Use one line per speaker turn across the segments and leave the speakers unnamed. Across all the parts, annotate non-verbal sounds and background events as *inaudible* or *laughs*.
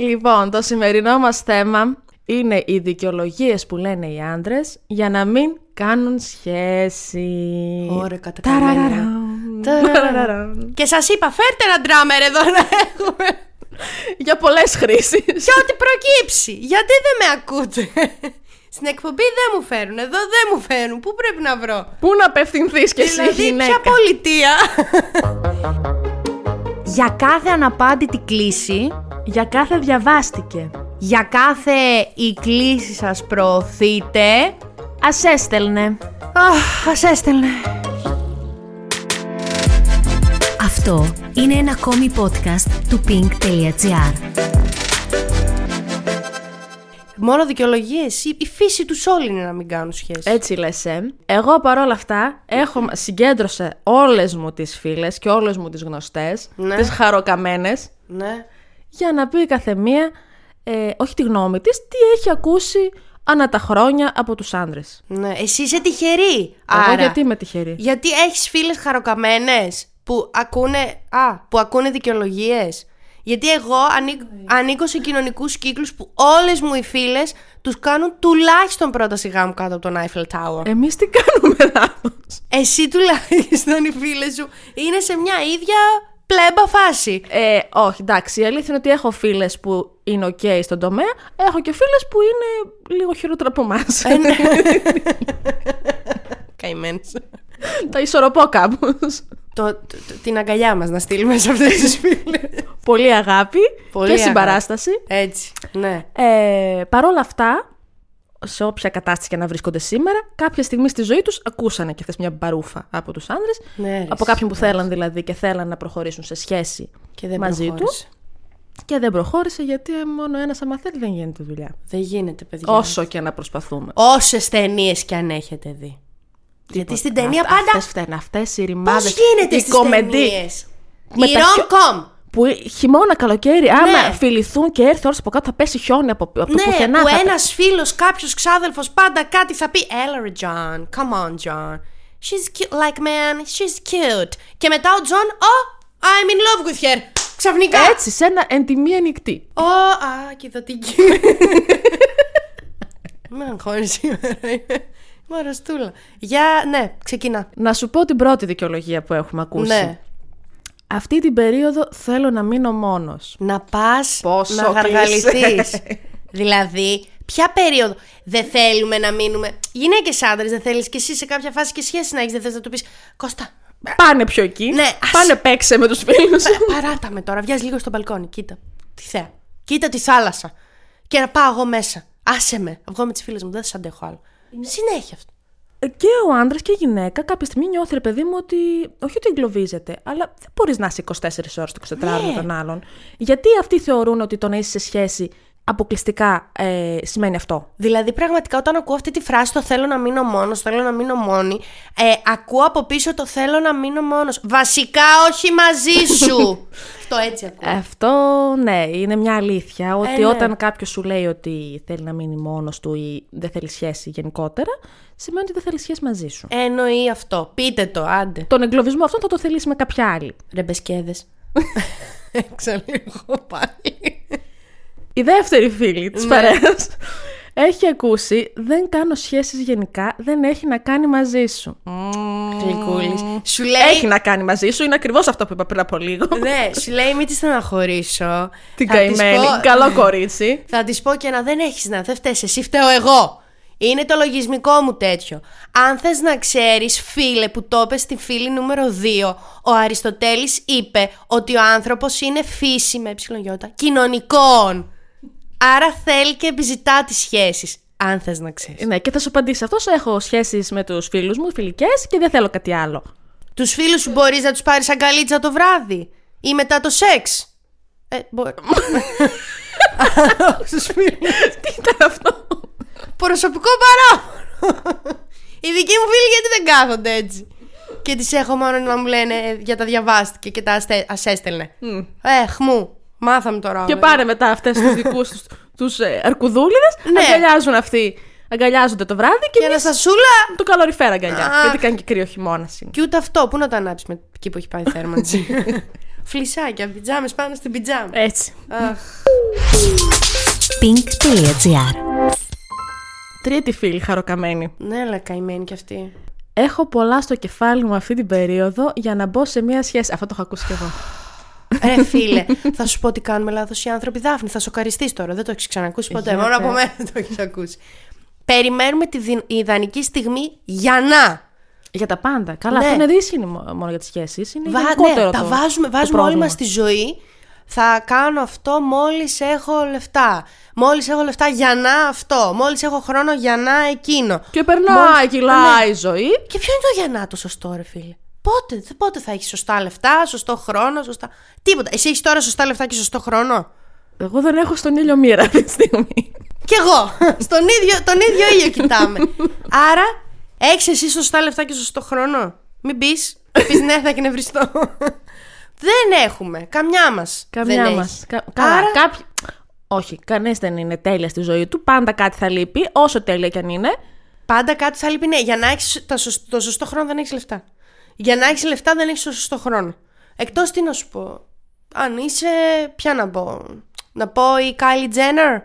Λοιπόν, το σημερινό μας θέμα είναι οι δικαιολογίες που λένε οι άντρες για να μην κάνουν σχέση.
Ωραία, κατακαμμένα.
Ταραραραμ.
Ταραραραμ.
Ταραραραμ.
Ε, *laughs* Και σας είπα, φέρτε ένα ντράμερ εδώ να έχουμε.
Για πολλές χρήσεις.
Και ό,τι προκύψει. Γιατί δεν με ακούτε. *laughs* Στην εκπομπή δεν μου φέρουν, εδώ δεν μου φέρουν. Πού πρέπει να βρω.
Πού να απευθυνθεί κι εσύ,
δηλαδή,
γυναίκα.
ποια πολιτεία. *laughs* Για κάθε αναπάντητη κλίση,
Για κάθε διαβάστηκε.
για κάθε η κλίση σας προωθείτε,
Ας έστελνε.
αχ, ας έστελνε.
Αυτό είναι ένα ακόμη podcast του pink.gr.
Μόνο δικαιολογίες. Η φύση τους όλοι είναι να μην κάνουν σχέση.
Έτσι λες, ε. Εγώ παρόλα αυτά έχω, συγκέντρωσα όλες μου τις φίλες και όλες μου τις γνωστές,
Ναι.
τις χαροκαμένες,
ναι.
για να πει η καθεμία, ε, όχι τη γνώμη της, τι έχει ακούσει ανά τα χρόνια από τους άντρες.
ναι. Εσύ είσαι τυχερή.
Εγώ
άρα.
γιατί είμαι τυχερή.
Γιατί έχεις φίλες χαροκαμένες που ακούνε, α, που ακούνε δικαιολογίες. Γιατί εγώ ανοί- ανήκω σε κοινωνικούς κύκλους που όλες μου οι φίλες τους κάνουν τουλάχιστον πρώτα σιγά μου κάτω από τον Eiffel Tower.
Εμείς τι κάνουμε λάθος.
Εσύ τουλάχιστον οι φίλες σου είναι σε μια ίδια πλέμπα
*laughs*
φάση.
Ε, όχι, εντάξει, η αλήθεια είναι ότι έχω φίλες που είναι οκ στον τομέα, έχω και φίλες που είναι λίγο χειρότερα από εμάς.
Ε, ναι. Καημένες.
Τα ισορροπώ κάπως.
Το, το- το- την αγκαλιά μας να στείλουμε σε αυτές τις φίλες.
Πολύ αγάπη
Πολύ
και
αγάπη.
συμπαράσταση.
Έτσι, ναι.
Ε, Παρ' όλα αυτά, σε όποια κατάσταση και να βρίσκονται σήμερα, κάποια στιγμή στη ζωή τους ακούσανε και αυτές μια μπαρούφα από τους άνδρες.
Ναι, ρε,
από κάποιον που θέλαν δηλαδή και θέλαν να προχωρήσουν σε σχέση
Και δεν
μαζί
προχώρησε.
του. Και δεν προχώρησε γιατί ε, μόνο ένας άμα θέλει δεν γίνεται δουλειά.
Δεν γίνεται, παιδιά.
Όσο και να προσπαθούμε.
Όσες ταινίες κι αν έχετε δει. Γιατί στην ταινία πάντα.
Λοιπόν, Αυτές φταίνε, αυτές οι
Πώ
ρημάδες,
γίνεται
οι
στι
κομμεντί
ταινίες.
Με
Η
τα χιό-
rom-com.
Που χειμώνα, καλοκαίρι, άμα
Ναι.
φιληθούν και έρθει η ώρα από κάτω θα πέσει χιόνι από, από το
Ναι,
πουθενά.
που
θα-
ένας φίλος, κάποιος ξάδελφος πάντα κάτι θα πει. Έλα, ρε, John. Come on, John. She's cute, like man. She's cute. Και μετά ο John, oh, I'm in love with her. Ξαφνικά.
Έτσι, σε ένα εντυμή ανοιχτή.
Ω, α, κυδωτική.
*laughs*
Με αγχώνει σήμερα. Είμαι αρρωστούλα. Για, ναι, ξεκινά.
Να σου πω την πρώτη δικαιολογία που έχουμε ακούσει.
Ναι.
Αυτή την περίοδο θέλω να μείνω μόνος.
Να πας
Πόσο
να γαργαλιστείς.
κλεισέ.
*laughs* δηλαδή, ποια περίοδο δεν θέλουμε να μείνουμε. Γυναίκες άντρες, δεν θέλεις και εσύ σε κάποια φάση και σχέση να έχεις. Δεν θες να του πεις Κώστα,
Πάνε πιο εκεί.
Ναι, ας-
Πάνε παίξε με τους φίλους.
παράτα με τώρα. Βγάζεις λίγο στο μπαλκόνι. Κοίτα τη θέα. Κοίτα τη θάλασσα. Και να πάω εγώ μέσα. Άσε με. Βγω με τις φίλες μου. Δεν σα αντέχω άλλο. Συνέχεια αυτό.
και ο άντρας και η γυναίκα κάποια στιγμή νιώθει, ρε παιδί μου, ότι όχι ότι εγκλωβίζεται, αλλά δεν μπορείς να είσαι 24 ώρε το 24
Ναι.
με τον άλλον. Γιατί αυτοί θεωρούν ότι το να είσαι σε σχέση αποκλειστικά ε, σημαίνει αυτό.
Δηλαδή, πραγματικά, όταν ακούω αυτή τη φράση, το θέλω να μείνω μόνος, θέλω να μείνω μόνη. Ε, ακούω από πίσω το θέλω να μείνω μόνος. Βασικά, όχι μαζί σου. Αυτό έτσι ακούω.
Αυτό, ναι, είναι μια αλήθεια. Ότι
ναι.
όταν κάποιος σου λέει ότι θέλει να μείνει μόνος του ή δεν θέλει σχέση γενικότερα, σημαίνει ότι δεν θέλει σχέση μαζί σου.
Εννοεί αυτό. Πείτε το, άντε.
Τον εγκλωβισμό αυτόν θα το θελήσει με κάποια άλλη.
Ρε μπεσκέδες. Εξαλίγω πάλι.
Η δεύτερη φίλη
Ναι.
της παρέας έχει ακούσει «Δεν κάνω σχέσεις γενικά, δεν έχει να κάνει μαζί σου».
Γλυκούλης. Σου λέει.
Έχει να κάνει μαζί σου, είναι ακριβώς αυτό που είπα πριν από λίγο.
Ε. Ναι, σου λέει, μην της στεναχωρήσω.
*laughs* Την
Θα της
καημένη,
πω-
καλό κορίτσι.
Θα της πω και να δεν έχεις να δεν φταίει. Εσύ φταίω εγώ. Είναι το λογισμικό μου τέτοιο. Αν θες να ξέρεις φίλε που το είπες στη φίλη νούμερο 2, ο Αριστοτέλης είπε ότι ο άνθρωπος είναι ε, φύση με εψιλογιώτα κοινωνικών. Άρα θέλει και επιζητά τις σχέσεις. Αν θες να ξέρεις.
Ναι, και θα σου απαντήσει αυτός, έχω σχέσεις με τους φίλους μου, φιλικές και δεν θέλω κάτι άλλο. *laughs*
Τους φίλους σου μπορείς να τους πάρεις αγκαλίτσα το βράδυ ή μετά το σεξ. Ε, μπορεί. *laughs* Στους φίλους.
Τι ήταν αυτό.
Προσωπικό παράπονο. Οι δικοί μου φίλοι γιατί δεν κάθονται έτσι. Και τις έχω μόνο να μου λένε ε, για τα διαβάστηκε και τα αστε- ας έστελνε. Εχ μου, μάθαμε τώρα.
και
όλα.
πάνε μετά αυτές
*laughs*
τους δικούς τους, τους ε, αρκουδούλιδες,
Ναι.
αγκαλιάζουν αυτοί. Αγκαλιάζονται το βράδυ και,
Και ένα σασούλα.
το καλοριφέρα αγκαλιά.
Αχ.
Γιατί κάνει και κρύο χειμώνα. συν.
*laughs* Και ούτε αυτό, πού να τα ανάψεις με εκεί που έχει πάει η θέρμανση. Φλισάκια, πιτζάμες πάνω στην πιτζάμα.
Έτσι.
Αχ.
pink.gr
Τρίτη φίλη χαροκαμένη.
Ναι, αλλά καημένη κι αυτή.
Έχω πολλά στο κεφάλι μου αυτή την περίοδο για να μπω σε μία σχέση. Αυτό το έχω ακούσει κι εγώ.
Ρε φίλε, θα σου πω τι κάνουμε λάθος οι άνθρωποι. Δάφνη, θα σοκαριστείς τώρα. Δεν το έχεις ξανακούσει ποτέ.
Για
Μόνο
πες.
από μένα *laughs* το έχεις ακούσει. Περιμένουμε τη δι- ιδανική στιγμή για να.
Για τα πάντα. Καλά,
Ναι.
αυτό είναι δύση είναι μό- μόνο για τις σχέσεις. Είναι
Βα-
γενικότερο
ναι, τα
το-
βάζουμε,
το
βάζουμε όλοι
πρόβλημα.
μας τη ζωή. Θα κάνω αυτό μόλις έχω λεφτά. Μόλις έχω λεφτά για να αυτό. Μόλις έχω χρόνο για να εκείνο.
Και περνάει, κυλάει
Ναι.
η ζωή.
Και ποιο είναι το για να το σωστό, ρε φίλε. Πότε, πότε θα έχεις σωστά λεφτά, σωστό χρόνο, σωστά. Τίποτα. Εσύ έχεις τώρα σωστά λεφτά και σωστό χρόνο.
Εγώ δεν έχω στον ήλιο μοίρα αυτή τη στιγμή.
Κι εγώ. Στον ίδιο, τον ίδιο ήλιο κοιτάμε. Άρα, έχεις εσύ σωστά λεφτά και σωστό χρόνο. Μην πεις. Πεις ναι, θα εκνευριστώ. δεν έχουμε. Καμιά μας.
Καμιά μα. Καλά,
Άρα-
κάποιοι. Όχι, κανείς δεν είναι τέλεια στη ζωή του. Πάντα κάτι θα λείπει, όσο τέλεια κι αν είναι.
Πάντα κάτι θα λείπει. Ναι, για να έχεις το σωστό χρόνο δεν έχεις λεφτά. Για να έχεις λεφτά δεν έχεις το σωστό χρόνο. Εκτός τι να σου πω. Αν είσαι. Ποια να πω. Να πω η Κάιλι Τζένερ.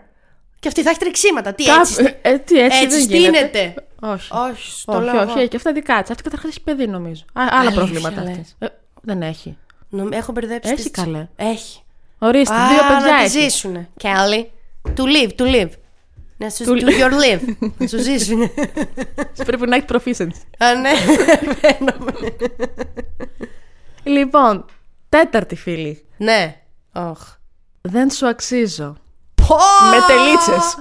Και αυτή θα έχει τρεξίματα. Τι
Κάπου-
έτσι.
ε, τι, έτσι,
Έτσι ε-
δεν γίνεται.
στείνεται.
Όχι.
Όχι, στο
όχι,
λέω
όχι,
εγώ.
έχει και αυτά δικά της. Αυτή καταρχάς έχει παιδί, νομίζω. Α, άλλα
Αλήθεια
προβλήματα.
λες.
αυτής. Ε, δεν έχει.
Νομ- Έχω μπερδέψει.
Έχει
τις-
καλέ.
Έχει.
Ορίστε,
Α,
δύο παιδιά
να τη
έχει.
ζήσουνε. Κάλλη. To live, to live. Να σου
To
to your live. να σου
*laughs*
ζήσουνε.
Πρέπει να έχει proficiency.
Α, ναι.
Λοιπόν, τέταρτη φίλη.
ναι. Οχ.
Δεν σου αξίζω.
Πω!
Με τελίτσες.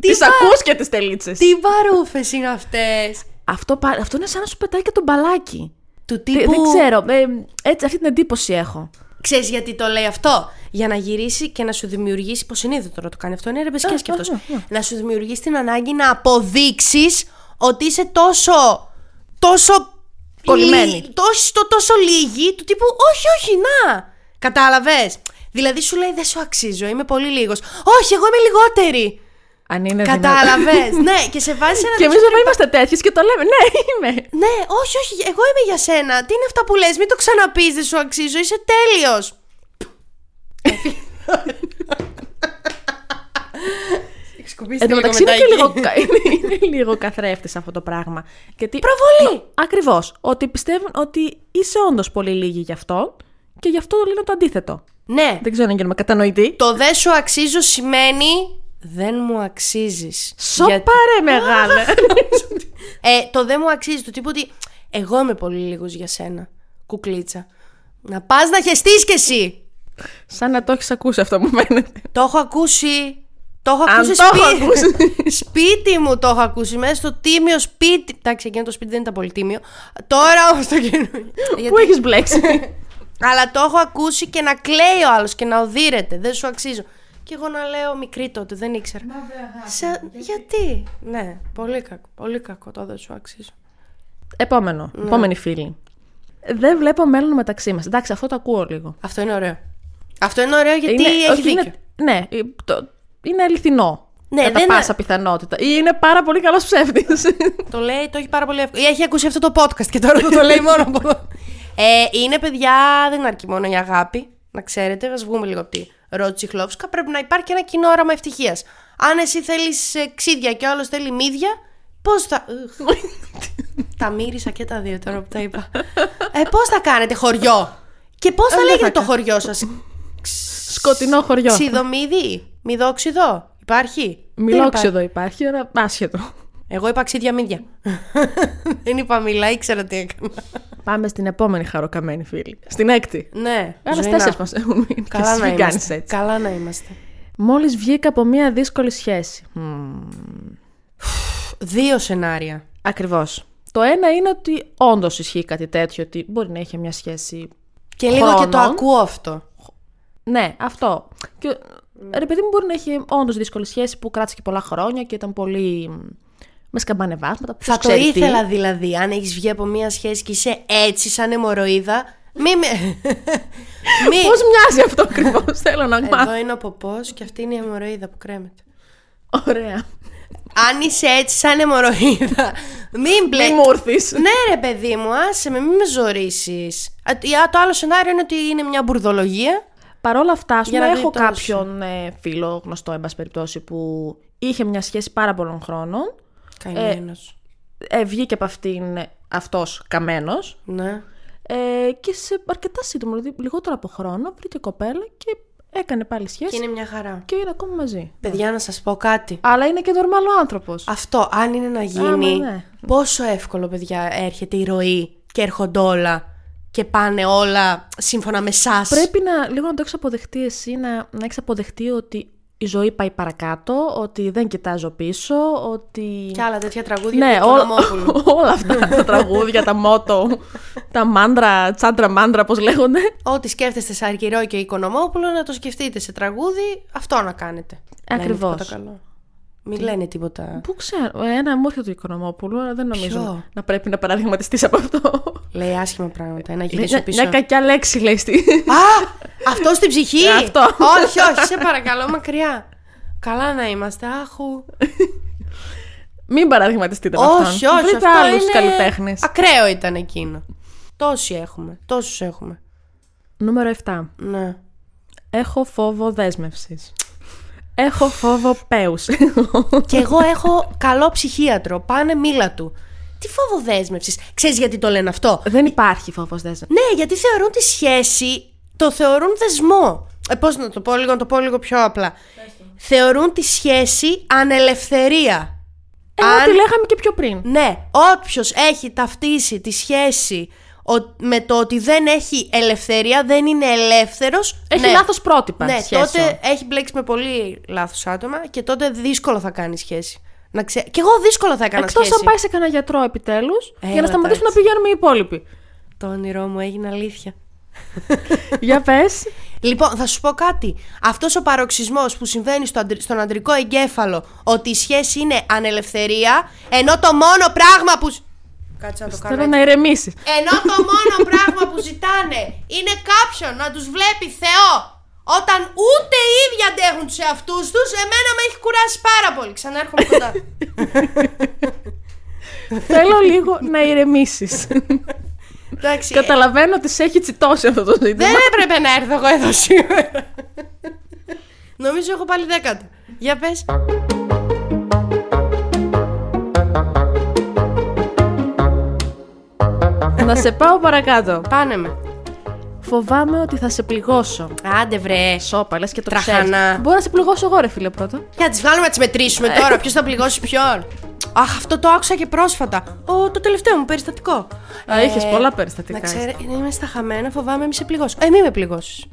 Τι ακούς και τις τελίτσες.
Τι βαρούφες είναι αυτές.
Αυτό, πα- αυτό είναι σαν να σου πετάει και το μπαλάκι.
Του
Τι-
τύπου...
Δεν ξέρω. ε, έτσι, αυτή την εντύπωση έχω.
Ξέρεις γιατί το λέει αυτό. Για να γυρίσει και να σου δημιουργήσει. Υποσυνείδητο τώρα το κάνει αυτό. Είναι ρεμπεσκιάς
Α,
και αυτός.
α, α, α.
Να σου δημιουργήσει την ανάγκη να αποδείξεις ότι είσαι τόσο. τόσο.
Κολλημένη.
λι- Τόσο, το- τόσο λίγη του τύπου. Όχι, όχι, να! Κατάλαβες Δηλαδή σου λέει δεν σου αξίζω, είμαι πολύ λίγος Όχι, εγώ είμαι λιγότερη.
Αν Ε, είναι *laughs*
Κατάλαβες ναι, και σε βάζει σε ένα
Και εμείς
τέτοιο
δεν είμαστε τέτοιες και το λέμε. Ναι, είμαι.
Ναι, όχι, όχι, εγώ είμαι για σένα. Τι είναι αυτά που λες, μην το ξαναπείς, δεν σου αξίζω, είσαι τέλειος. Σκουπίστε
Εν τω μεταξύ είναι και λίγο, κα- είναι, είναι λίγο καθρέφτη αυτό το πράγμα. Γιατί...
Προβολή!
Ακριβώς. Ότι πιστεύουν ότι είσαι όντως πολύ λίγη γι' αυτό και γι' αυτό λένε το αντίθετο.
Ναι,
Δεν ξέρω αν γίνομαι κατανοητή.
το δεν σου αξίζω σημαίνει δεν μου αξίζεις.
Σοπαρέ
Γιατί-
*laughs*
ναι.
μεγάλε.
Ε, το δεν μου αξίζεις του τύπου ότι εγώ είμαι πολύ λίγος για σένα, κουκλίτσα. Να πας να χεστείς κι εσύ.
Σαν να το έχεις ακούσει αυτό μου φαίνεται.
Το έχω ακούσει. Το έχω
Αν
ακούσει
το έχω
σπίτι.
ακούσει.
*laughs* σπίτι μου το έχω ακούσει. Μέσα στο τίμιο σπίτι. Εντάξει, εκείνο το σπίτι δεν ήταν πολύ τίμιο. Τώρα όμως το καινούριο.
Πού έχεις μπλέξει.
Ναι. Αλλά το έχω ακούσει και να κλαίει ο άλλος και να οδύρεται. Δεν σου αξίζω. Και εγώ να λέω μικρή τότε, δεν ήξερα. Σε... Γιατί? Ναι, πολύ κακό. Πολύ κακό το δεν σου αξίζω.
Επόμενο.
Ναι.
Επόμενη φίλη. Δεν βλέπω μέλλον μεταξύ μας. Εντάξει, αυτό το ακούω λίγο.
Αυτό είναι ωραίο. Αυτό είναι ωραίο γιατί έχει
όχι,
δίκιο.
είναι- ναι, ε, το, είναι αληθινό.
Ναι,
κατά
δεν-
πάσα πιθανότητα. Ή είναι πάρα πολύ καλός ψεύτης.
Το λέει, το έχει πάρα πολύ εύκολο. Ή Έχει ακούσει αυτό το podcast και τώρα το λέει μόνο από *laughs* εδώ. Ε, είναι παιδιά, δεν αρκεί μόνο η αγάπη. Να ξέρετε, ας βγούμε λίγο από τη ρότσι χλόφσκα. Πρέπει να υπάρχει και ένα κοινό όραμα ευτυχίας. Αν εσύ θέλεις ξύδια και ο άλλος θέλει μύδια, πώς θα. Ουχ. *laughs* τα μύρισα και τα δύο τώρα που τα είπα. Ε, πώς θα κάνετε χωριό. Και πώς Ε, θα
δεν
λέγεται
θα
το χωριό σας. *laughs*
Σκοτεινό χωριό.
Ξιδομίδι, μυδόξιδο. Υπάρχει. Δεν
Μιλόξιδο υπάρχει, αλλά άσχετο.
εγώ είπα ξύδια *laughs* μύδια. Δεν είπα μιλά, ήξερα τι έκανα.
Πάμε στην επόμενη χαροκαμένη φίλη. Στην έκτη.
Ναι.
Άλλε
ζωηνά.
τέσσερι μα έχουν μείνει. και
Καλά
εσύ
να
μην κάνεις
είμαστε.
έτσι.
Καλά να είμαστε.
Μόλις βγήκα από μία δύσκολη σχέση.
Δύο σενάρια.
Ακριβώς. Το ένα είναι ότι όντως ισχύει κάτι τέτοιο, ότι μπορεί να είχε μια σχέση
Και λίγο και το
Χρόνων.
ακούω αυτό.
Ναι, αυτό. Και, ρε παιδί μου μπορεί να έχει όντως δύσκολη σχέση που κράτησε και πολλά χρόνια και ήταν πολύ μ, με σκαμπανεβάσματα. ποιος
Θα το
ξέρει τι.
ήθελα δηλαδή. Αν έχεις βγει από μία σχέση και είσαι έτσι, σαν αιμορροίδα. Μη
*laughs*
με. Μη.
Πώς μοιάζει αυτό ακριβώς, *laughs* θέλω να μάθω.
Εδώ είναι ο ποπός και αυτή είναι η αιμορροίδα που κρέμεται.
Ωραία.
Αν είσαι έτσι, σαν αιμορροίδα,
*laughs*
μην μπλε.
Μη μου ήρθει.
Ναι, ρε παιδί μου, άσε με, μην με ζωρίσει. Το άλλο σενάριο είναι ότι είναι μια μπουρδολογία.
Παρ' όλα αυτά, ας
Για
πούμε,
να δει
έχω
το άλλο
κάποιον ε, φίλο γνωστό, εν πάση περιπτώσει, που είχε μια σχέση πάρα πολλών χρόνων.
Καημένος.
Ε, βγήκε από αυτήν ε, αυτός καμένος
Ναι.
ε, και σε αρκετά σύντομο, δηλαδή λιγότερο από χρόνο, βρήκε κοπέλα και έκανε πάλι σχέση
Και είναι μια χαρά.
και είναι ακόμα μαζί.
Παιδιά, να σας πω κάτι.
Αλλά είναι και νορμάλο άνθρωπος.
Αυτό, αν είναι να γίνει.
Άμα ναι.
Πόσο εύκολο, παιδιά, έρχεται η ροή και έρχονται όλα και πάνε όλα σύμφωνα με εσάς.
Πρέπει να, λίγο να το έχεις αποδεχτεί εσύ, να, να έχεις αποδεχτεί ότι η ζωή πάει παρακάτω, ότι δεν κοιτάζω πίσω, ότι.
Και άλλα τέτοια τραγούδια
ναι,
του
ό-
Οικονομόπουλου.
*laughs* όλα αυτά
*laughs*
τα τραγούδια, τα μότο, τα μάντρα, τσάντρα μάντρα, πώς λέγονται.
Ό,τι σκέφτεστε σε Αργυρό και Οικονομόπουλο να το σκεφτείτε σε τραγούδι, αυτό να κάνετε. Να είναι
Ακριβώς.
τίποτα καλό. Μην λένε τίποτα.
Πού ξέρω, ένα μου έρχεται το Οικονομόπουλο, αλλά δεν νομίζω
Ποιο?
να- να πρέπει να παραδειγματιστείς από αυτό.
Λέει άσχημα πράγματα, να
Μια,
γυρίσω πίσω.
μια κακιά λέξη λέει στη. *laughs*
Α! Αυτό στην ψυχή!
Ε, αυτό.
όχι, όχι, σε παρακαλώ, μακριά. Καλά να είμαστε, άχου.
Μην παραδειγματιστείτε με αυτόν.
όχι, όχι,
Βρείτε
αυτό
άλλους
είναι...
καλλιτέχνες.
Ακραίο ήταν εκείνο. Τόσοι έχουμε, τόσους έχουμε.
Νούμερο 7.
Ναι.
Έχω φόβο δέσμευσης. Έχω φόβο
*laughs*
πέους.
Και εγώ έχω καλό ψυχίατρο. Πάνε μίλα του. Τι φόβο δέσμευσης. Ξέρεις γιατί το λένε αυτό.
Δεν υπάρχει φόβος δέσμευσης.
Ναι, γιατί θεωρούν τη σχέση, το θεωρούν δεσμό. Ε, πώς να το πω λίγο, να το πω λίγο πιο απλά. Θεωρούν τη σχέση ανελευθερία.
Ενώ
Αν-
τη Ε, λέγαμε και πιο πριν.
Ναι, όποιος έχει ταυτίσει τη σχέση ο- με το ότι δεν έχει ελευθερία, δεν είναι ελεύθερος
Έχει
ναι.
λάθος πρότυπα
Ναι,
σχέσεων.
τότε έχει μπλέξει με πολύ λάθος άτομα και τότε δύσκολο θα κάνει σχέση. Να ξε... Κι εγώ δύσκολο θα έκανα
Εκτός
σχέση.
αν πάει σε κανένα γιατρό επιτέλους για
Έλα,
να σταματήσουν να
εντάξει.
πηγαίνουμε οι υπόλοιποι.
Το όνειρό μου έγινε αλήθεια. *laughs*
για πες.
Λοιπόν, θα σου πω κάτι. Αυτός ο παροξισμός που συμβαίνει στο αντρι- στον αντρικό εγκέφαλο ότι η σχέση είναι ανελευθερία, ενώ το μόνο πράγμα που. σ- Κάτσε να το κάνω.
Θέλω
έτσι.
να ηρεμήσεις.
*laughs* Ενώ το μόνο πράγμα που ζητάνε είναι κάποιον να τους βλέπει Θεό. Όταν ούτε οι ίδιοι αντέχουν τους εαυτούς τους, εμένα με έχει κουράσει πάρα πολύ. Ξανάρχομαι *laughs* κοντά.
Θέλω λίγο να ηρεμήσεις.
Εντάξει.
Καταλαβαίνω ότι σε έχει τσιτώσει αυτό το ζήτημα.
Δεν έπρεπε να έρθω εγώ εδώ σήμερα. Νομίζω έχω πάλι δέκατο. Για πες.
να σε πάω παρακάτω.
Πάνε με.
Φοβάμαι ότι θα σε πληγώσω.
Άντε βρε.
Σόπα, λες και το
Τραχανά.
ξέρεις. Μπορώ να σε πληγώσω εγώ, ρε φίλε, πρώτα.
Για να τις βγάλουμε να τις μετρήσουμε
Ε.
τώρα. Ποιος θα πληγώσει ποιον. Αχ, αυτό το άκουσα και πρόσφατα. Ο, το τελευταίο μου περιστατικό. Ε,
Α, είχες πολλά περιστατικά,
Να ξέρε, είμαι στα χαμένα, φοβάμαι μη σε πληγώσω. Ε, μη με πληγώσεις.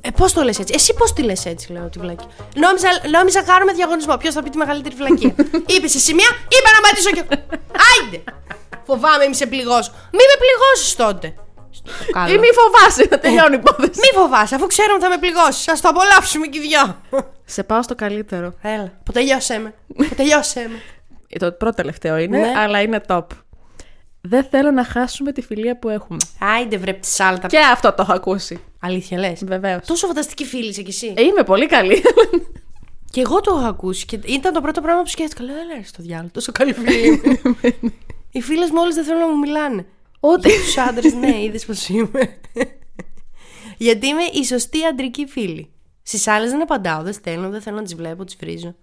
Ε, πώς το λες έτσι. Εσύ πώς τη λες έτσι, λέω τη βλακή. Νόμιζα, νόμιζα κάνουμε διαγωνισμό. Ποιος θα πει τη μεγαλύτερη
*laughs*
βλακή. είπες εσύ μία, είπα να ματίσω κι εγώ. Άιντε! Φοβάμαι μη σε πληγώσω. Μη με πληγώσεις τότε. Στο καλό.
Ή μη φοβάσαι να τελειώνει η
Ναι.
υπόθεση.
Μη φοβάσαι, αφού ξέρω ότι θα με πληγώσεις. Ας το απολαύσουμε κι οι δυο.
Σε πάω στο καλύτερο.
Έλα. Ποτελιώσέ με. Ποτελιώσέ με.
Το πρώτο τελευταίο είναι,
Ναι.
αλλά είναι top. Δεν θέλω να χάσουμε τη φιλία που έχουμε.
Άιντε βρε ψάλτα.
Και αυτό το έχω ακούσει.
Αλήθεια λες.
Βεβαίως.
Τόσο φανταστική φίλη είσαι κι εσύ.
Ε, είμαι πολύ
*laughs*
καλή.
Και εγώ το έχω ακούσει και ήταν το πρώτο πράγμα που σκέφτηκα. Λέω, έλα ρε στο διάλογο, τόσο καλή *laughs* φίλη μου. Οι φίλες μου όλες δεν θέλουν να μου μιλάνε.
Ότι.
Για τους άντρες, ναι, είδες πω είμαι. *laughs* Γιατί είμαι η σωστή αντρική φίλη. Στις άλλες δεν απαντάω, δεν στέλνω, δεν θέλω να τις βλέπω, τις βρίζω.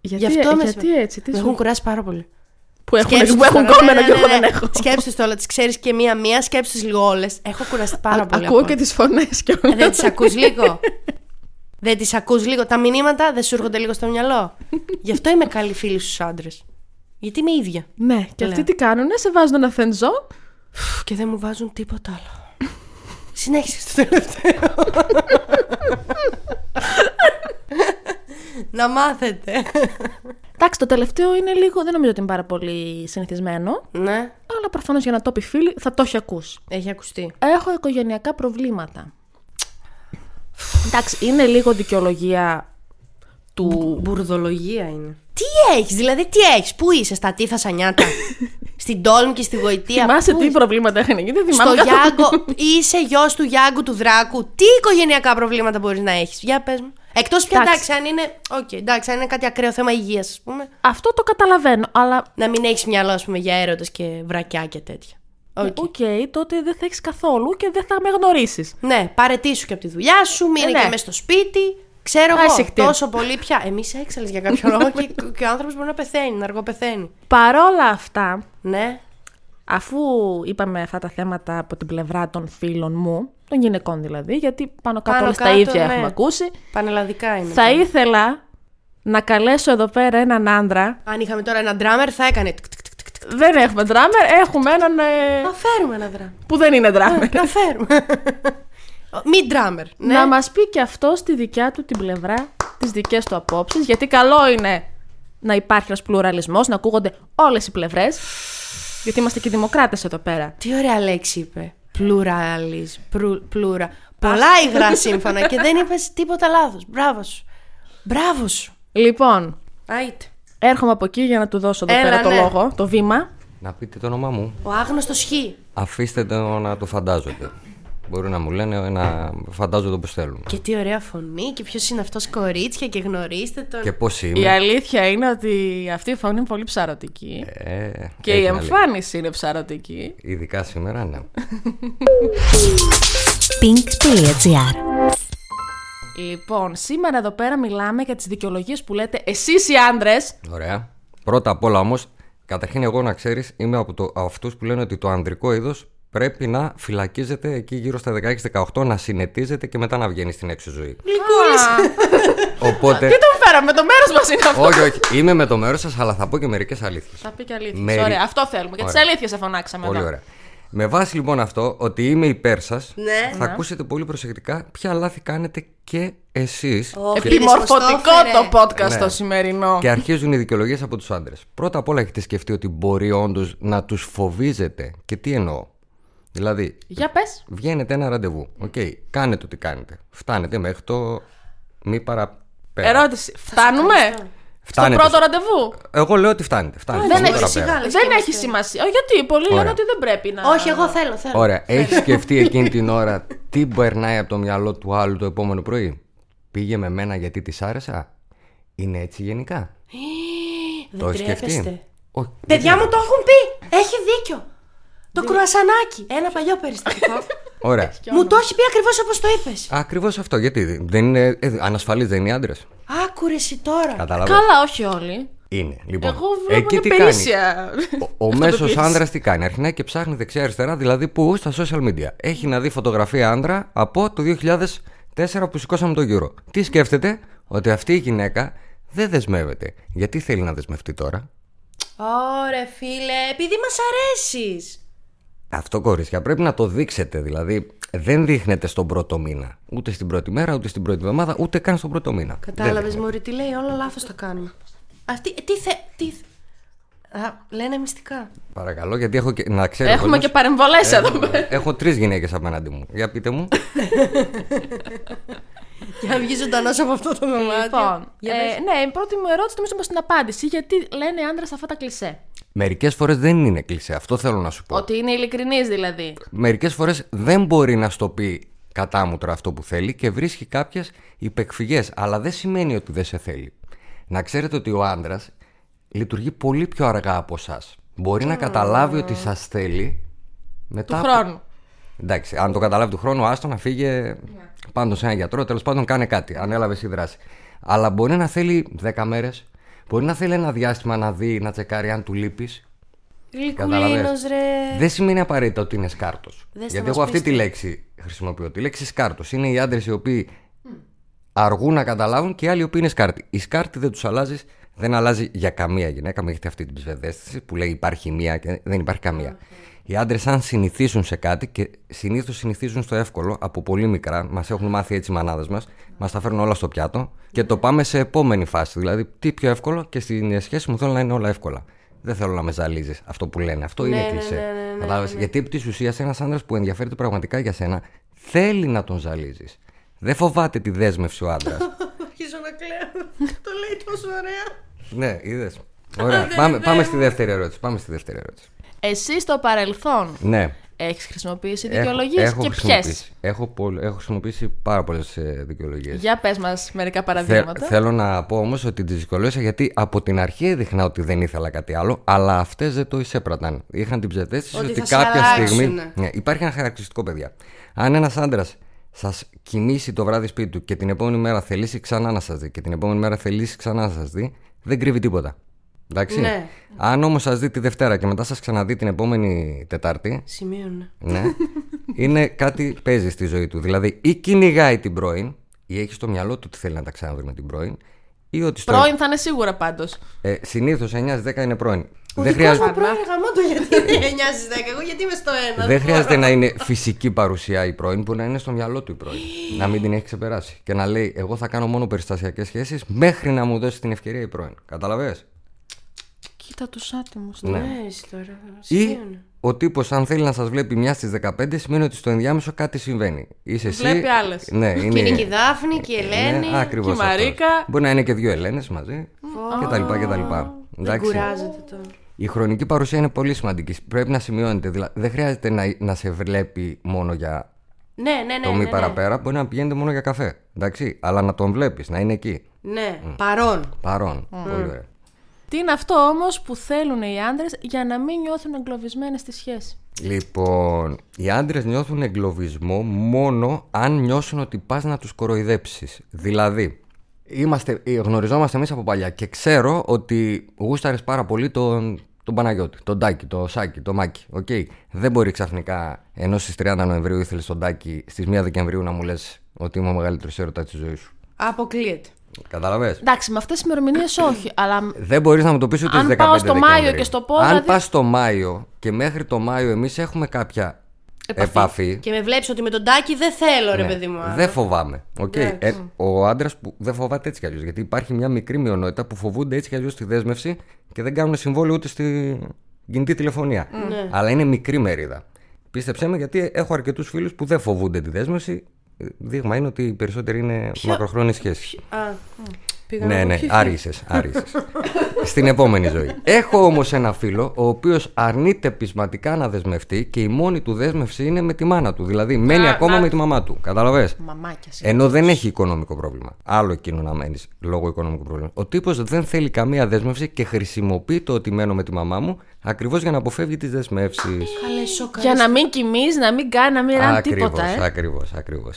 Γιατί,
Γι' αυτό με
γιατί
σε-
έτσι, τι
Με
σου-
έχουν κουράσει πάρα πολύ.
Που έχουν,
Σκέψου
που έχουν
τώρα,
κόμμενα
ναι,
και
ναι,
εγώ
ναι.
δεν έχω.
Σκέψου τώρα, τις ξέρεις και μία-μία, σκέψου τις λίγο όλες. Έχω κουραστεί πάρα πολύ.
Ακούω
από
και τις φωνές και όλα.
όλα. Δεν τις ακούς λίγο. Δεν τις ακούς λίγο. Τα μηνύματα δεν σου έρχονται λίγο στο μυαλό. Γι' αυτό είμαι καλή φίλη στους άντρες. Γιατί είμαι ίδια.
*laughs* Ναι, και
Λέω.
αυτοί τι κάνουνε, σε βάζουν ένα φενζό.
Φου, Και δεν μου βάζουν τίποτα άλλο. Συνέχισε το τελευταίο. Να μάθετε.
Εντάξει, το τελευταίο είναι λίγο, δεν νομίζω ότι είναι πάρα πολύ συνηθισμένο,
Ναι,
αλλά προφανώς για να το πει φίλη θα το έχει ακούσει.
έχει ακουστεί.
Έχω οικογενειακά προβλήματα. Εντάξει, είναι λίγο δικαιολογία του.
Μπουρδολογία είναι. Τι έχεις, δηλαδή τι έχεις, Πού είσαι, στα
*laughs*
τύφα σανιάτα. Στην Τόλμη και στη Γοητεία.
Θυμάσαι
πού
τι
είσαι?
προβλήματα είχαν εκεί, δεν
Στο
θυμάμαι καθόλου.
Γιάγκο, είσαι γιος του Γιάγκου του Δράκου. Τι οικογενειακά προβλήματα μπορείς να έχεις. Για πες μου. Εκτός πια
Εντάξει.
εντάξει, αν είναι. Οκ, εντάξει, αν είναι κάτι ακραίο θέμα υγείας, ας πούμε.
Αυτό το καταλαβαίνω, αλλά.
Να μην έχεις μυαλό, ας πούμε, για έρωτες και βρακιά και τέτοια. Οκ.
Οκ, τότε δεν θα έχεις καθόλου και δεν θα με γνωρίσεις.
Ναι, παρετήσου και από τη δουλειά σου, μείνε
Ε, ναι.
και μες στο σπίτι. Ξέρω
Να είσαι
εγώ
χτύπη.
τόσο πολύ πια. Εμείς έξαλλες για κάποιο λόγο
*laughs*
και, και ο άνθρωπος μπορεί να πεθαίνει, να αργοπεθαίνει.
Παρόλα αυτά,
Ναι.
αφού είπαμε αυτά τα θέματα από την πλευρά των φίλων μου, των γυναικών δηλαδή, γιατί πάνω κάτω
Πάνω
όλες τα
κάτω,
ίδια
ναι.
έχουμε ακούσει,
Πανελλαδικά είναι.
θα ήθελα να καλέσω εδώ πέρα έναν άντρα.
Αν είχαμε τώρα ένα ντράμερ θα έκανε. τκ, τκ, τκ, τκ, τκ.
Δεν έχουμε ντράμερ, έχουμε έναν ε,
Να φέρουμε ένα ντράμερ.
που δεν είναι ντράμερ.
Να
*laughs*
φέρουμε. Μη ντράμερ. Ναι.
Να μας πει και αυτό στη δικιά του την πλευρά, τις δικές του απόψεις, γιατί καλό είναι να υπάρχει ένας πλουραλισμός, να ακούγονται όλες οι πλευρές, γιατί είμαστε και δημοκράτες εδώ πέρα.
Τι ωραία λέξη είπε. Πλουραλής, πρου- πλουρα. Πολλά υγρά σύμφωνα και δεν είπες τίποτα λάθος. Μπράβο σου. Μπράβο σου.
Λοιπόν,
Άιτε.
έρχομαι από εκεί για να του δώσω εδώ
Έλα,
πέρα το
ναι.
λόγο, το βήμα.
Να πείτε το όνομά μου.
Ο άγνωστος χ.
Αφήστε το να το φαντάζονται. Μπορεί να μου λένε να φαντάζονται όπως θέλουν.
Και τι ωραία φωνή και ποιος είναι αυτός κορίτσια και γνωρίστε τον.
Και πώς είμαι.
Η αλήθεια είναι ότι αυτή η φωνή είναι πολύ ψαρωτική.
Ε,
και η
έγινε λίγο.
εμφάνιση είναι ψαρωτική.
Ειδικά σήμερα, ναι.
pink.gr
Λοιπόν, σήμερα εδώ πέρα μιλάμε για τις δικαιολογίες που λέτε εσείς οι άντρες.
Ωραία. Πρώτα απ' όλα όμως, καταρχήν εγώ να ξέρεις, είμαι από το, αυτούς που λένε ότι το ανδρικό είδος πρέπει να φυλακίζεται εκεί γύρω στα 16-18, να συνετίζεται και μετά να βγαίνει στην έξω ζωή. Οπότε...
Τι τον φέραμε, το μέρος μας είναι αυτό.
όχι, όχι. Είμαι με το μέρος σας, αλλά θα πω και μερικές αλήθειες.
Θα πει και αλήθεια.
Μερι-
Ωραία, αυτό θέλουμε. Για τις
Ωραία.
αλήθειες θα φωνάξαμε
Πολύ
εδώ.
ωραία. Με βάση λοιπόν αυτό ότι είμαι υπέρ σας,
Ναι.
θα ακούσετε πολύ προσεκτικά ποια λάθη κάνετε και εσείς.
Ω, φίλες,
Επιμορφωτικό
Χριστόφερε.
το podcast
Ναι.
το σημερινό.
Και αρχίζουν οι δικαιολογίες από τους άντρες. Πρώτα απ' όλα έχετε σκεφτεί ότι μπορεί όντως να τους φοβίζετε. Και τι εννοώ. Δηλαδή,
Για πες.
βγαίνετε ένα ραντεβού. Οκ, κάνετε ό,τι κάνετε. Φτάνετε μέχρι το. Μη παραπέρα.
Ερώτηση. Φτάνουμε. Στο
Φτάνετε
πρώτο
στο-
ραντεβού.
Εγώ λέω ότι φτάνετε. φτάνετε
Δεν
στο μη
έχει
παραπέρα.
σιγά. Λες και
Δεν
είμαστε.
έχει σημασία. Ω, Γιατί πολλοί λένε
Ωραία.
ότι δεν πρέπει να.
Όχι, εγώ θέλω, θέλω.
*laughs*
Ωραία. Έχεις σκεφτεί εκείνη την ώρα τι περνάει από το μυαλό του άλλου το επόμενο πρωί. Πήγε με μένα γιατί της άρεσα. Είναι έτσι γενικά.
Ε,
Δεν
έχεις
τρέπεστε.
Όχι.
Παιδιά μου το έχουν πει. Έχει δίκιο. Το κρουασανάκι. Ένα παλιό *laughs* περιστατικό.
Ωραία.
μου το έχει πει ακριβώς όπως το είπες.
Ακριβώς αυτό. Γιατί δεν είναι. ε, Ανασφαλής δεν είναι οι άντρε.
Άκουρεση τώρα.
Κατάλαβα.
Ε, Καλά, όχι όλοι.
Είναι. Λοιπόν,
Εγώ βλέπω είναι
κάνει.
περίσσια. *laughs*
Ο, ο μέσο
αυτοπεποίθηση.
άνδρας τι κάνει. Αρχινάει και ψάχνει δεξιά-αριστερά, δηλαδή που στα social media. Έχει να δει φωτογραφία άνδρα από το 2004 που σηκώσαμε το γύρο. Τι σκέφτεται, ότι αυτή η γυναίκα δεν δεσμεύεται. Γιατί θέλει να δεσμευτεί τώρα.
Ωρε φίλε, επειδή μας αρέσεις.
Αυτό κορίτσια πρέπει να το δείξετε. Δηλαδή, δεν δείχνετε στον πρώτο μήνα. Ούτε στην πρώτη μέρα, ούτε στην πρώτη εβδομάδα, ούτε καν στον πρώτο μήνα. Δεν
Κατάλαβες
δείχνετε.
Μωρή τι λέει, όλα λάθος τα κάνουμε. Αυτή, ε, τι θε, τι θε- Α, λένε μυστικά.
Παρακαλώ, γιατί έχω και. Να ξέρω.
Έχουμε
κόσμος,
και παρεμβολές εδώ πέρα.
Έχω τρεις γυναίκες απέναντί μου. Για πείτε μου.
*laughs* Για να βγει ζωντανός από αυτό το δωμάτιο.
Λοιπόν,
Για
ε,
πες.
ναι, η πρώτη μου ερώτηση νομίζω πως την απάντηση. Γιατί λένε άντρες αυτά τα κλισέ.
Μερικές φορές δεν είναι κλεισέ. Αυτό θέλω να σου πω.
Ότι είναι ειλικρινής δηλαδή.
Μερικές φορές δεν μπορεί να στο πει κατάμουτρα αυτό που θέλει και βρίσκει κάποιες υπεκφυγές. Αλλά δεν σημαίνει ότι δεν σε θέλει. Να ξέρετε ότι ο άντρας λειτουργεί πολύ πιο αργά από εσάς. Μπορεί να καταλάβει ότι σας θέλει μετά.
Του
από-
χρόνου.
Εντάξει, αν το καταλάβει του χρόνου, άστο να φύγε πάντων σε έναν γιατρό. Τέλος πάντων, κάνε κάτι. Ανέλαβε εσύ δράση. Αλλά μπορεί να θέλει 10 μέρες. Μπορεί να θέλει ένα διάστημα να δει, να τσεκάρει αν του λείπεις.
Γλυκουλίνος ρε.
Δεν σημαίνει απαραίτητα ότι είναι σκάρτος.
Δες τα
Γιατί
μας
εγώ αυτή
πείστε.
τη λέξη χρησιμοποιώ. Τη λέξη σκάρτος. Είναι οι άντρες οι οποίοι αργούν να καταλάβουν και οι άλλοι οι οποίοι είναι σκάρτοι. Η σκάρτη δεν τους αλλάζεις, δεν αλλάζει για καμία γυναίκα. Μην έχετε αυτή την ψευδέστηση που λέει υπάρχει μία και δεν υπάρχει καμία. Οι άντρες, αν συνηθίσουν σε κάτι και συνήθως συνηθίζουν στο εύκολο από πολύ μικρά, μας έχουν μάθει έτσι οι μανάδες μας, μας τα φέρνουν όλα στο πιάτο και το πάμε σε επόμενη φάση. Δηλαδή, τι πιο εύκολο και στην σχέση μου θέλω να είναι όλα εύκολα. Δεν θέλω να με ζαλίζεις αυτό που λένε. Αυτό είναι κλεισέ. Κατάλαβες? Γιατί επί της ουσίας ένας άντρα που ενδιαφέρεται πραγματικά για σένα θέλει να τον ζαλίζεις. Δεν φοβάται τη δέσμευση ο άντρας.
Αρχίζω να κλαίω. *laughs* το λέει τόσο ωραία.
ναι, είδες. Ωραία. πάμε, πάμε στη δεύτερη ερώτηση. Πάμε στη δεύτερη ερώτηση.
Εσύ στο παρελθόν
Ναι.
Έχεις χρησιμοποιήσει
Έχω-
δικαιολογίες
έχω
και ποιε.
χρησιμοποιήσει. Έχω, πολλ- έχω χρησιμοποιήσει πάρα ε, πολλέ δικαιολογίες.
Για πες μας μερικά
Θε-
παραδείγματα.
θέλω να πω όμως ότι τις δυσκολίωσα γιατί από την αρχή έδειχνα ότι δεν ήθελα κάτι άλλο, αλλά αυτές δεν το εισέπραταν. Είχαν την ψευδέστηση
Ότι
ότι,
θα σε
κάποια
αλλάξουνε.
στιγμή. Ναι, υπάρχει ένα χαρακτηριστικό, παιδιά. Αν ένας άντρας σας κοιμήσει το βράδυ σπίτι του και την επόμενη μέρα θελήσει ξανά να σας δει και την επόμενη μέρα θελήσει ξανά να σας δει, δεν κρύβει τίποτα. Εντάξει.
Ναι.
Αν όμως σας δει τη Δευτέρα και μετά σας ξαναδεί την επόμενη Τετάρτη,
Σημείωνα.
ναι. είναι κάτι παίζει στη ζωή του. Δηλαδή, ή κυνηγάει την πρώην, ή έχει στο μυαλό του ότι θέλει να τα ξαναδεί με την πρώην, ή ότι στο.
Πρώην θα είναι σίγουρα πάντως.
Ε, Συνήθως 9-10 είναι πρώην.
Ο
Δεν,
δικός
χρειάζεται,
μου πρώην γαμώτο γιατί *laughs* είναι 9 στις 10, εγώ γιατί είμαι στο 1.
δεν χρειάζεται να είναι φυσική παρουσία η πρώην, που να είναι στο μυαλό του η πρώην. να μην την έχει ξεπεράσει. Και να λέει: Εγώ θα κάνω μόνο περιστασιακές σχέσεις μέχρι να μου δώσει την ευκαιρία η πρώην. Καταλαβέ.
Κοίτα τους άτιμους.
Ναι.
ναι. Ε, τώρα.
Ή
σημείωνα.
ο τύπος, αν θέλει να σας βλέπει μιας στις 15, σημαίνει ότι στο ενδιάμεσο κάτι συμβαίνει. Είσαι εσύ.
Βλέπει άλλες.
Ναι,
Και είναι
είναι.
και η Δάφνη και η Ελένη.
Ναι, ακριβώς
και η
αυτό.
Μαρίκα.
Μπορεί να είναι και δύο Ελένες μαζί. Και τα λοιπά και τα λοιπά.
Δεν
Εντάξει.
κουράζεται τώρα.
Η χρονική παρουσία είναι πολύ σημαντική. Πρέπει να σημειώνεται. Δηλαδή, δεν χρειάζεται να, να σε βλέπει μόνο για
Ναι, ναι, ναι.
το μη
ναι, ναι.
παραπέρα. Μπορεί να πηγαίνετε μόνο για καφέ. Εντάξει. Αλλά να τον βλέπεις, να είναι εκεί.
Ναι,
Mm.
παρόν.
Παρόν. Πολύ ωραία.
Τι είναι αυτό όμως που θέλουν οι άντρες για να μην νιώθουν εγκλωβισμένοι στη σχέση.
Λοιπόν, οι άντρες νιώθουν εγκλωβισμό μόνο αν νιώσουν ότι πας να τους κοροϊδέψεις. Δηλαδή, είμαστε, ε, γνωριζόμαστε εμείς από παλιά και ξέρω ότι γούσταρες πάρα πολύ τον, τον Παναγιώτη, τον Τάκη, τον Σάκη, τον Μάκη. Οκ. Δεν μπορεί ξαφνικά ενώ στις 30 Νοεμβρίου ήθελες τον Τάκη, στις 1 Δεκεμβρίου να μου λες ότι είμαι ο μεγαλύτερος έρωτας της ζωής σου.
Αποκλείεται.
Καταλαβες.
Εντάξει, με αυτές τις ημερομηνίες όχι, αλλά
Δεν μπορείς να μου το πεις ούτε
Αν
στις 15
πάω στο Μάιο
Δεκεμβρίου.
και στο πω,
Αν
δηλαδή-
πας στο Μάιο και μέχρι το Μάιο εμείς έχουμε κάποια επαφή.
Και με βλέπεις ότι με τον Τάκη δεν θέλω, ρε
Ναι.
παιδί μου.
Δεν φοβάμαι. Οκ. Ε, ο άντρας που δεν φοβάται έτσι κι αλλιώς. Γιατί υπάρχει μια μικρή μειονότητα που φοβούνται έτσι κι αλλιώς τη δέσμευση και δεν κάνουν συμβόλαιο ούτε στη κινητή τηλεφωνία.
Ναι.
Αλλά είναι μικρή μερίδα. Πίστεψέ με, γιατί έχω αρκετούς φίλους που δεν φοβούνται τη δέσμευση. Ε, Δείγμα είναι ότι οι περισσότεροι είναι μακροχρόνιες σχέσεις.
Α, πήγα
Ναι,
να πω
ναι,
ποιο
άρισε.
*laughs*
Στην επόμενη ζωή. Έχω όμως ένα φίλο ο οποίος αρνείται πεισματικά να δεσμευτεί και η μόνη του δέσμευση είναι με τη μάνα του. Δηλαδή μένει ακόμα με τη μαμά του. Καταλαβες.
μαμάκια. σε.
Ενώ δεν έχει οικονομικό πρόβλημα. Άλλο εκείνο να μένεις λόγω οικονομικού πρόβλημα. Ο τύπος δεν θέλει καμία δέσμευση και χρησιμοποιεί το ότι μένω με τη μαμά μου ακριβώς για να αποφεύγει τις δεσμεύσεις.
Καλέ σοκαρίστηκα.
Για να μην κοιμείς, να μην κάνει, να μην ράνει
Ακριβώς,
τίποτα. Ε.
ακριβώς, ακριβώς.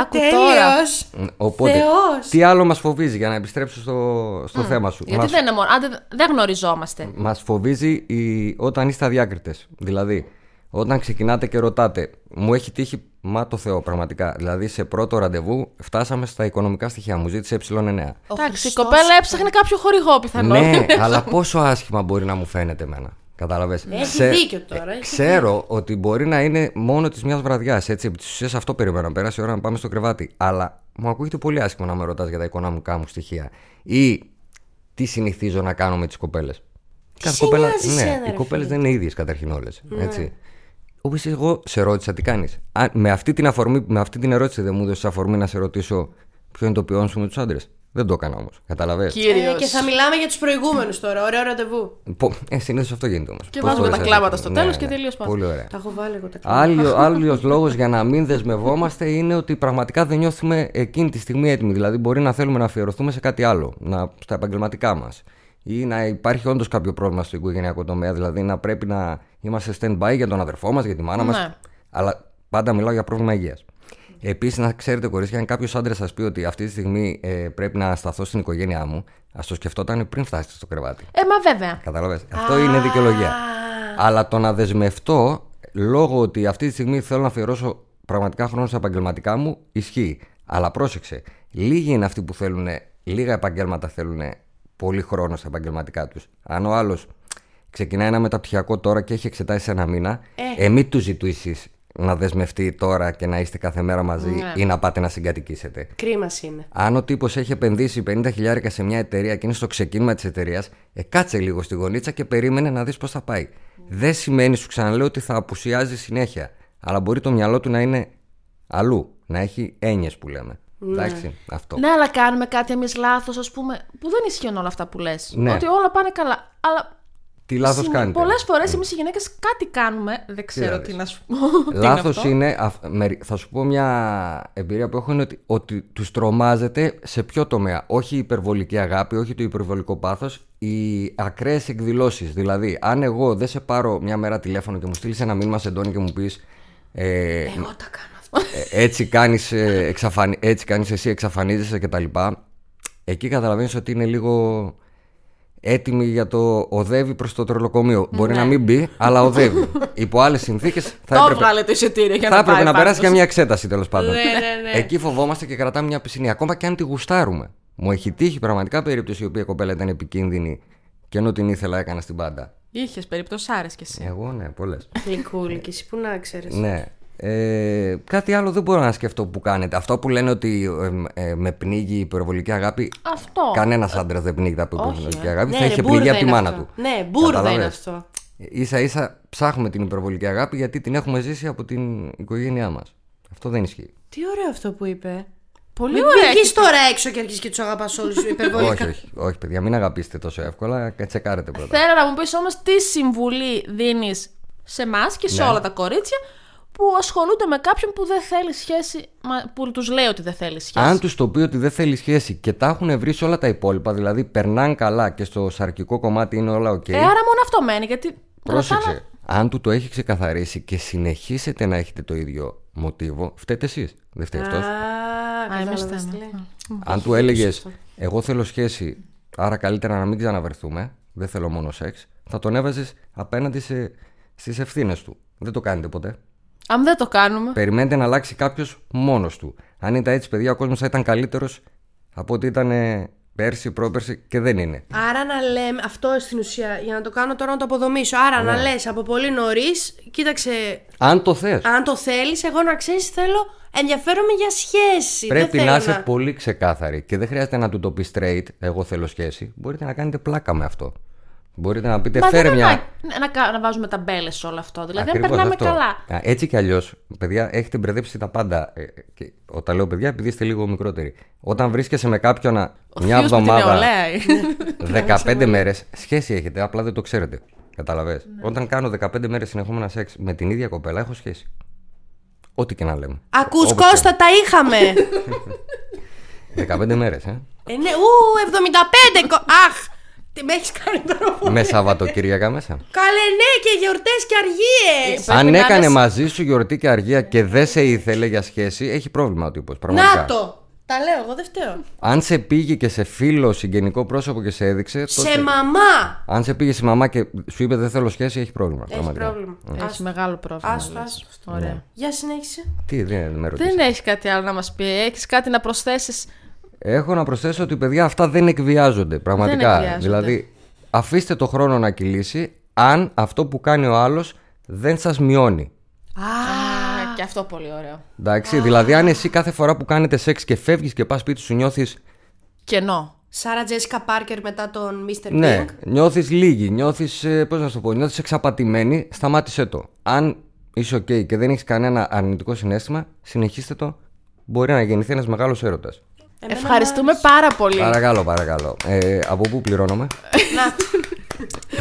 Άκου τώρα.
τέλειος.
Οπότε,
Θεός.
τι άλλο μας φοβίζει για να επιστρέψω στο, στο θέμα σου.
Γιατί
Μας-
δεν είναι μόνο. Άντε, δεν γνωριζόμαστε.
Μας φοβίζει η... όταν είστε αδιάκριτες. Δηλαδή, όταν ξεκινάτε και ρωτάτε, μου έχει τύχει μα το Θεό, πραγματικά. Δηλαδή, σε πρώτο ραντεβού φτάσαμε στα οικονομικά στοιχεία. Μου ζήτησε ε ε9.
Ο
Εντάξει, η
Χριστός.
κοπέλα έψαχνε κάποιο χορηγό πιθανόν. *laughs*
*laughs*
Ναι, αλλά πόσο άσχημα μπορεί να μου φαίνεται εμένα. Κατάλαβε.
Έχει δίκιο τώρα, έχει
Ξέρω ότι μπορεί να είναι μόνο της μιας βραδιάς. Έτσι, επί τη ουσία αυτό περιμένω να πέρασει η ώρα να πάμε στο κρεβάτι. Αλλά μου ακούγεται πολύ άσχημα να με ρωτάς για τα οικονομικά μου στοιχεία. Ή τι συνηθίζω να κάνω με τις κοπέλες. Κάθε
σε νοιάζει εσένα,
ναι,
ρε
οι κοπέλε
φίλε.
δεν είναι ίδιες καταρχήν όλες.
Ναι.
Έτσι. Όπως εγώ σε ρώτησα τι κάνεις. Με, αυτή την αφορμή- με αυτή την ερώτηση δεν μου έδωσες αφορμή να σε ρωτήσω ποιο είναι το ποιόν σου με τους άντρες. Δεν το έκανα όμως. Καταλαβαίνω.
Κύριος.
Ε, και θα μιλάμε για τους προηγούμενους τώρα. Ωραίο ραντεβού.
Πο- Ε, Συνήθως αυτό γίνεται όμως.
Και βάζουμε τα κλάματα στο τέλος και τελείως πάμε.
Ναι, Πολύ ωραία.
Τα έχω βάλει εγώ τα κλειδιά.
Άλλο
*laughs*
άλλος λόγος για να μην δεσμευόμαστε είναι ότι πραγματικά δεν νιώθουμε εκείνη τη στιγμή έτοιμοι. Δηλαδή, μπορεί να θέλουμε να αφιερωθούμε σε κάτι άλλο, να, στα επαγγελματικά μας. ή να υπάρχει όντως κάποιο πρόβλημα στο οικογενειακό τομέα. Δηλαδή, να πρέπει να είμαστε stand-by για τον αδερφό μας, για τη μάνα
Ναι.
μα. Αλλά πάντα μιλάω για πρόβλημα υγείας. Επίσης, να ξέρετε, κορίτσια, αν κάποιος άντρας σας πει ότι αυτή τη στιγμή ε, πρέπει να σταθώ στην οικογένειά μου, ας το σκεφτόταν πριν φτάσετε στο κρεβάτι.
Ε, μα βέβαια.
Κατάλαβε. Αυτό είναι δικαιολογία. Αλλά το να δεσμευτώ λόγω ότι αυτή τη στιγμή θέλω να αφιερώσω πραγματικά χρόνο στα επαγγελματικά μου ισχύει. Αλλά πρόσεξε, λίγοι είναι αυτοί που θέλουν, λίγα επαγγέλματα θέλουν πολύ χρόνο στα επαγγελματικά τους. Αν ο άλλος ξεκινάει ένα μεταπτυχιακό τώρα και έχει εξετάσει ένα μήνα, ε. μην του ζητήσεις να δεσμευτεί τώρα και να είστε κάθε μέρα μαζί ή να πάτε να συγκατοικήσετε.
Κρίμα είναι.
Αν ο τύπος έχει επενδύσει 50.000 σε μια εταιρεία και είναι στο ξεκίνημα της εταιρείας, ε, κάτσε λίγο στη γωνίτσα και περίμενε να δεις πώς θα πάει. Δεν σημαίνει, σου ξαναλέω, ότι θα απουσιάζει συνέχεια. Αλλά μπορεί το μυαλό του να είναι αλλού. Να έχει έννοιες που λέμε. Εντάξει, αυτό.
Ναι, αλλά κάνουμε κάτι εμείς λάθος, ας πούμε, που δεν ισχύουν όλα αυτά που λες.
Ναι.
Ότι όλα πάνε καλά. Αλλά
Τι λάθος κάνετε. Ναι.
Πολλές φορές εμείς οι γυναίκες κάτι κάνουμε. Δεν ξέρω
λάθος.
τι να σου πω. Τι είναι
Λάθος
αυτό.
είναι. αυ- μερι- Θα σου πω μια εμπειρία που έχω είναι ότι, ότι τους τρομάζεται σε ποιο τομέα. Όχι η υπερβολική αγάπη, όχι το υπερβολικό πάθος, οι ακραίες εκδηλώσεις. Δηλαδή, αν εγώ δεν σε πάρω μια μέρα τηλέφωνο και μου στείλεις ένα μήνυμα σε Ντόνι και μου πεις. Ε,
Εγώ τα κάνω αυτά.
ε, έτσι κάνεις, ε, εξαφανι... έτσι κάνεις εσύ, εξαφανίζεσαι και τα λοιπά. Εκεί καταλαβαίνεις ότι είναι λίγο έτοιμη για το οδεύει προς το τρολοκομείο. Μπορεί να μην μπει, αλλά οδεύει. Υπό άλλες συνθήκες θα
Ναι. Το
έπρεπε,
βγάλε το εισιτήριο για
θα
να πάει.
έπρεπε να
πάντως.
περάσει για μια εξέταση τέλος πάντων.
Ναι, ναι, ναι.
Εκεί φοβόμαστε και κρατάμε μια πισινή. Ακόμα και αν τη γουστάρουμε. Μου έχει τύχει πραγματικά περίπτωση η οποία κοπέλα ήταν επικίνδυνη και ενώ την ήθελα έκανα στην πάντα.
Είχες περίπτωση, άρε κι εσύ.
Εγώ ναι,
*laughs*
πολλές.
Γλυκούλη και εσύ που να ξέρεις.
Ναι. Ε, κάτι άλλο δεν μπορώ να σκεφτώ που κάνετε. Αυτό που λένε ότι ε, ε, με πνίγει η υπερβολική αγάπη.
Αυτό.
Κανένας άντρας δεν πνίγεται από
όχι,
υπερβολική
ε.
αγάπη.
Ναι,
θα
ρε,
είχε
μπούρδα
πληγεί από τη
είναι
μάνα
αυτό.
του.
Ναι, μπούρδα είναι
Καταλαβες.
αυτό.
σα ίσα ψάχνουμε την υπερβολική αγάπη γιατί την έχουμε ζήσει από την οικογένειά μας. Αυτό δεν ισχύει.
Τι ωραίο αυτό που είπε.
Πολύ
Μην
ωραία.
βγεις τώρα έξω και αρχίσεις και τους αγαπάς
*laughs*
όλους
όχι,
υπερβολικά.
όχι, όχι, παιδιά, μην αγαπήσετε τόσο εύκολα. κα- Τσεκάρετε πρώτα.
Θέλω να μου πεις όμως τι συμβουλή δίνεις σε εμάς και σε
Ναι.
όλα τα κορίτσια που ασχολούνται με κάποιον που δεν θέλει σχέση, μα- που τους λέει ότι δεν θέλει σχέση.
Αν τους το πει ότι δεν θέλει σχέση και τα έχουν βρει σε όλα τα υπόλοιπα, δηλαδή περνάνε καλά και στο σαρκικό κομμάτι είναι όλα οκ.
Ε, άρα μόνο αυτό μένει, γιατί. κρατάνε-
Πρόσεξε. Αν του το έχει ξεκαθαρίσει και συνεχίσετε να έχετε το ίδιο μοτίβο, φταίτε εσείς. Δεν φταίει αυτό.
Α, εμείς
κατάλαβες τι
θέλουμε.
λέει.
Αν του έλεγες, Εγώ θέλω σχέση, άρα καλύτερα να μην ξαναβρεθούμε, δεν θέλω μόνο σεξ, θα τον έβαζες απέναντι σε, στις ευθύνες του. Δεν το κάνετε ποτέ.
Αν δεν το κάνουμε.
Περιμένετε να αλλάξει κάποιος μόνος του. Αν ήταν έτσι, παιδιά, ο κόσμος θα ήταν καλύτερος από ότι ήταν ε, πέρσι, πρόπερσι και δεν είναι.
Άρα να λέμε, αυτό στην ουσία, για να το κάνω τώρα να το αποδομήσω. Άρα
Ναι.
να λες από πολύ νωρίς, κοίταξε,
Αν το θες,
αν το θέλεις, εγώ να ξέρεις θέλω, ενδιαφέρομαι για σχέση. Δεν
πρέπει
θέλω
να είσαι πολύ ξεκάθαρη και δεν χρειάζεται να του το πεις straight. Εγώ θέλω σχέση. Μπορείτε να κάνετε πλάκα με αυτό. Μπορείτε να πείτε,
Μα
Ε, φέρε
δεν
μια.
είναι να, να, κα- να βάζουμε ταμπέλες σε όλο αυτό. Δηλαδή, αν
Ακριβώς
περνάμε
αυτό.
καλά.
Α, Έτσι κι αλλιώς, παιδιά, έχετε μπερδέψει τα πάντα. Ε, και όταν λέω παιδιά, επειδή είστε λίγο μικρότεροι. Όταν βρίσκεσαι με κάποιον α,
Ο
μια
θείος με την
εβδομάδα, *laughs*
νεολαία.
Ναι,
15 μέρες, σχέση έχετε, απλά δεν το ξέρετε. Καταλαβες.
Ναι.
Όταν κάνω 15 μέρες συνεχόμενα σεξ με την ίδια κοπέλα, έχω σχέση. Ό,τι και να λέμε.
Ακούς
Όπως
Κώστα, τα είχαμε.
*laughs* και να- 15 μέρες,
*laughs*
ε.
ε, ναι, ου, 75, κο- αχ, τι με έχεις κάνει τώρα.
με Σαββατοκύριακα μέσα.
Καλέ ναι και γιορτές και αργίες.
Πρέπει
Αν
να
έκανε
είναι-
μαζί σου γιορτή και αργία και δεν σε ήθελε για σχέση, έχει πρόβλημα ο τύπος. Πραγματικά.
Να το, τα λέω, εγώ δεν φταίω.
Αν σε πήγε και σε φίλο συγγενικό πρόσωπο και σε έδειξε. τότε-
Σε μαμά.
Αν σε πήγε η μαμά και σου είπε δεν θέλω σχέση, έχει πρόβλημα.
Έχει πρόβλημα.
Έχει μεγάλο πρόβλημα.
Άστο,
λες.
άστο.
Ωραία.
Ναι.
Για συνέχισε.
Τι δεν είναι, με ρωτήσεις.
Δεν έχει κάτι άλλο να μας πει. Έχεις κάτι να προσθέσεις.
Έχω να προσθέσω ότι παιδιά αυτά δεν εκβιάζονται. Πραγματικά.
Δεν εκβιάζονται.
Δηλαδή, αφήστε το χρόνο να κυλήσει αν αυτό που κάνει ο άλλος δεν σας μειώνει.
Α, Ναι, και αυτό πολύ ωραίο.
Εντάξει, δηλαδή αν εσύ κάθε φορά που κάνετε σεξ και φεύγεις και πας σπίτι σου νιώθεις
Κενό.
Σάρα Τζέσικα Πάρκερ μετά τον Mr.
Ναι,
Pink.
νιώθεις λίγη, νιώθεις, ε, πώς να σου το πω, νιώθεις εξαπατημένη, σταμάτησε το. Αν είσαι ok και δεν έχεις κανένα αρνητικό συνέστημα, συνεχίστε το, μπορεί να γεννηθεί ένας μεγάλος έρωτας.
Εμένα
Ευχαριστούμε πάρα πολύ.
Παρακαλώ, παρακαλώ. Ε, από πού πληρώνομαι?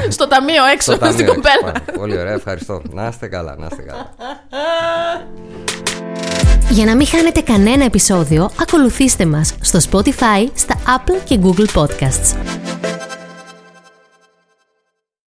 Στο ταμείο έξω,
Στο ταμείο,
στην
έτσι,
κοπέλα.
πάμε. Πολύ ωραία, ευχαριστώ. Να είστε καλά, να είστε καλά.
Για να μην χάνετε κανένα επεισόδιο, ακολουθήστε μας στο Spotify, στα Apple και Google Podcasts.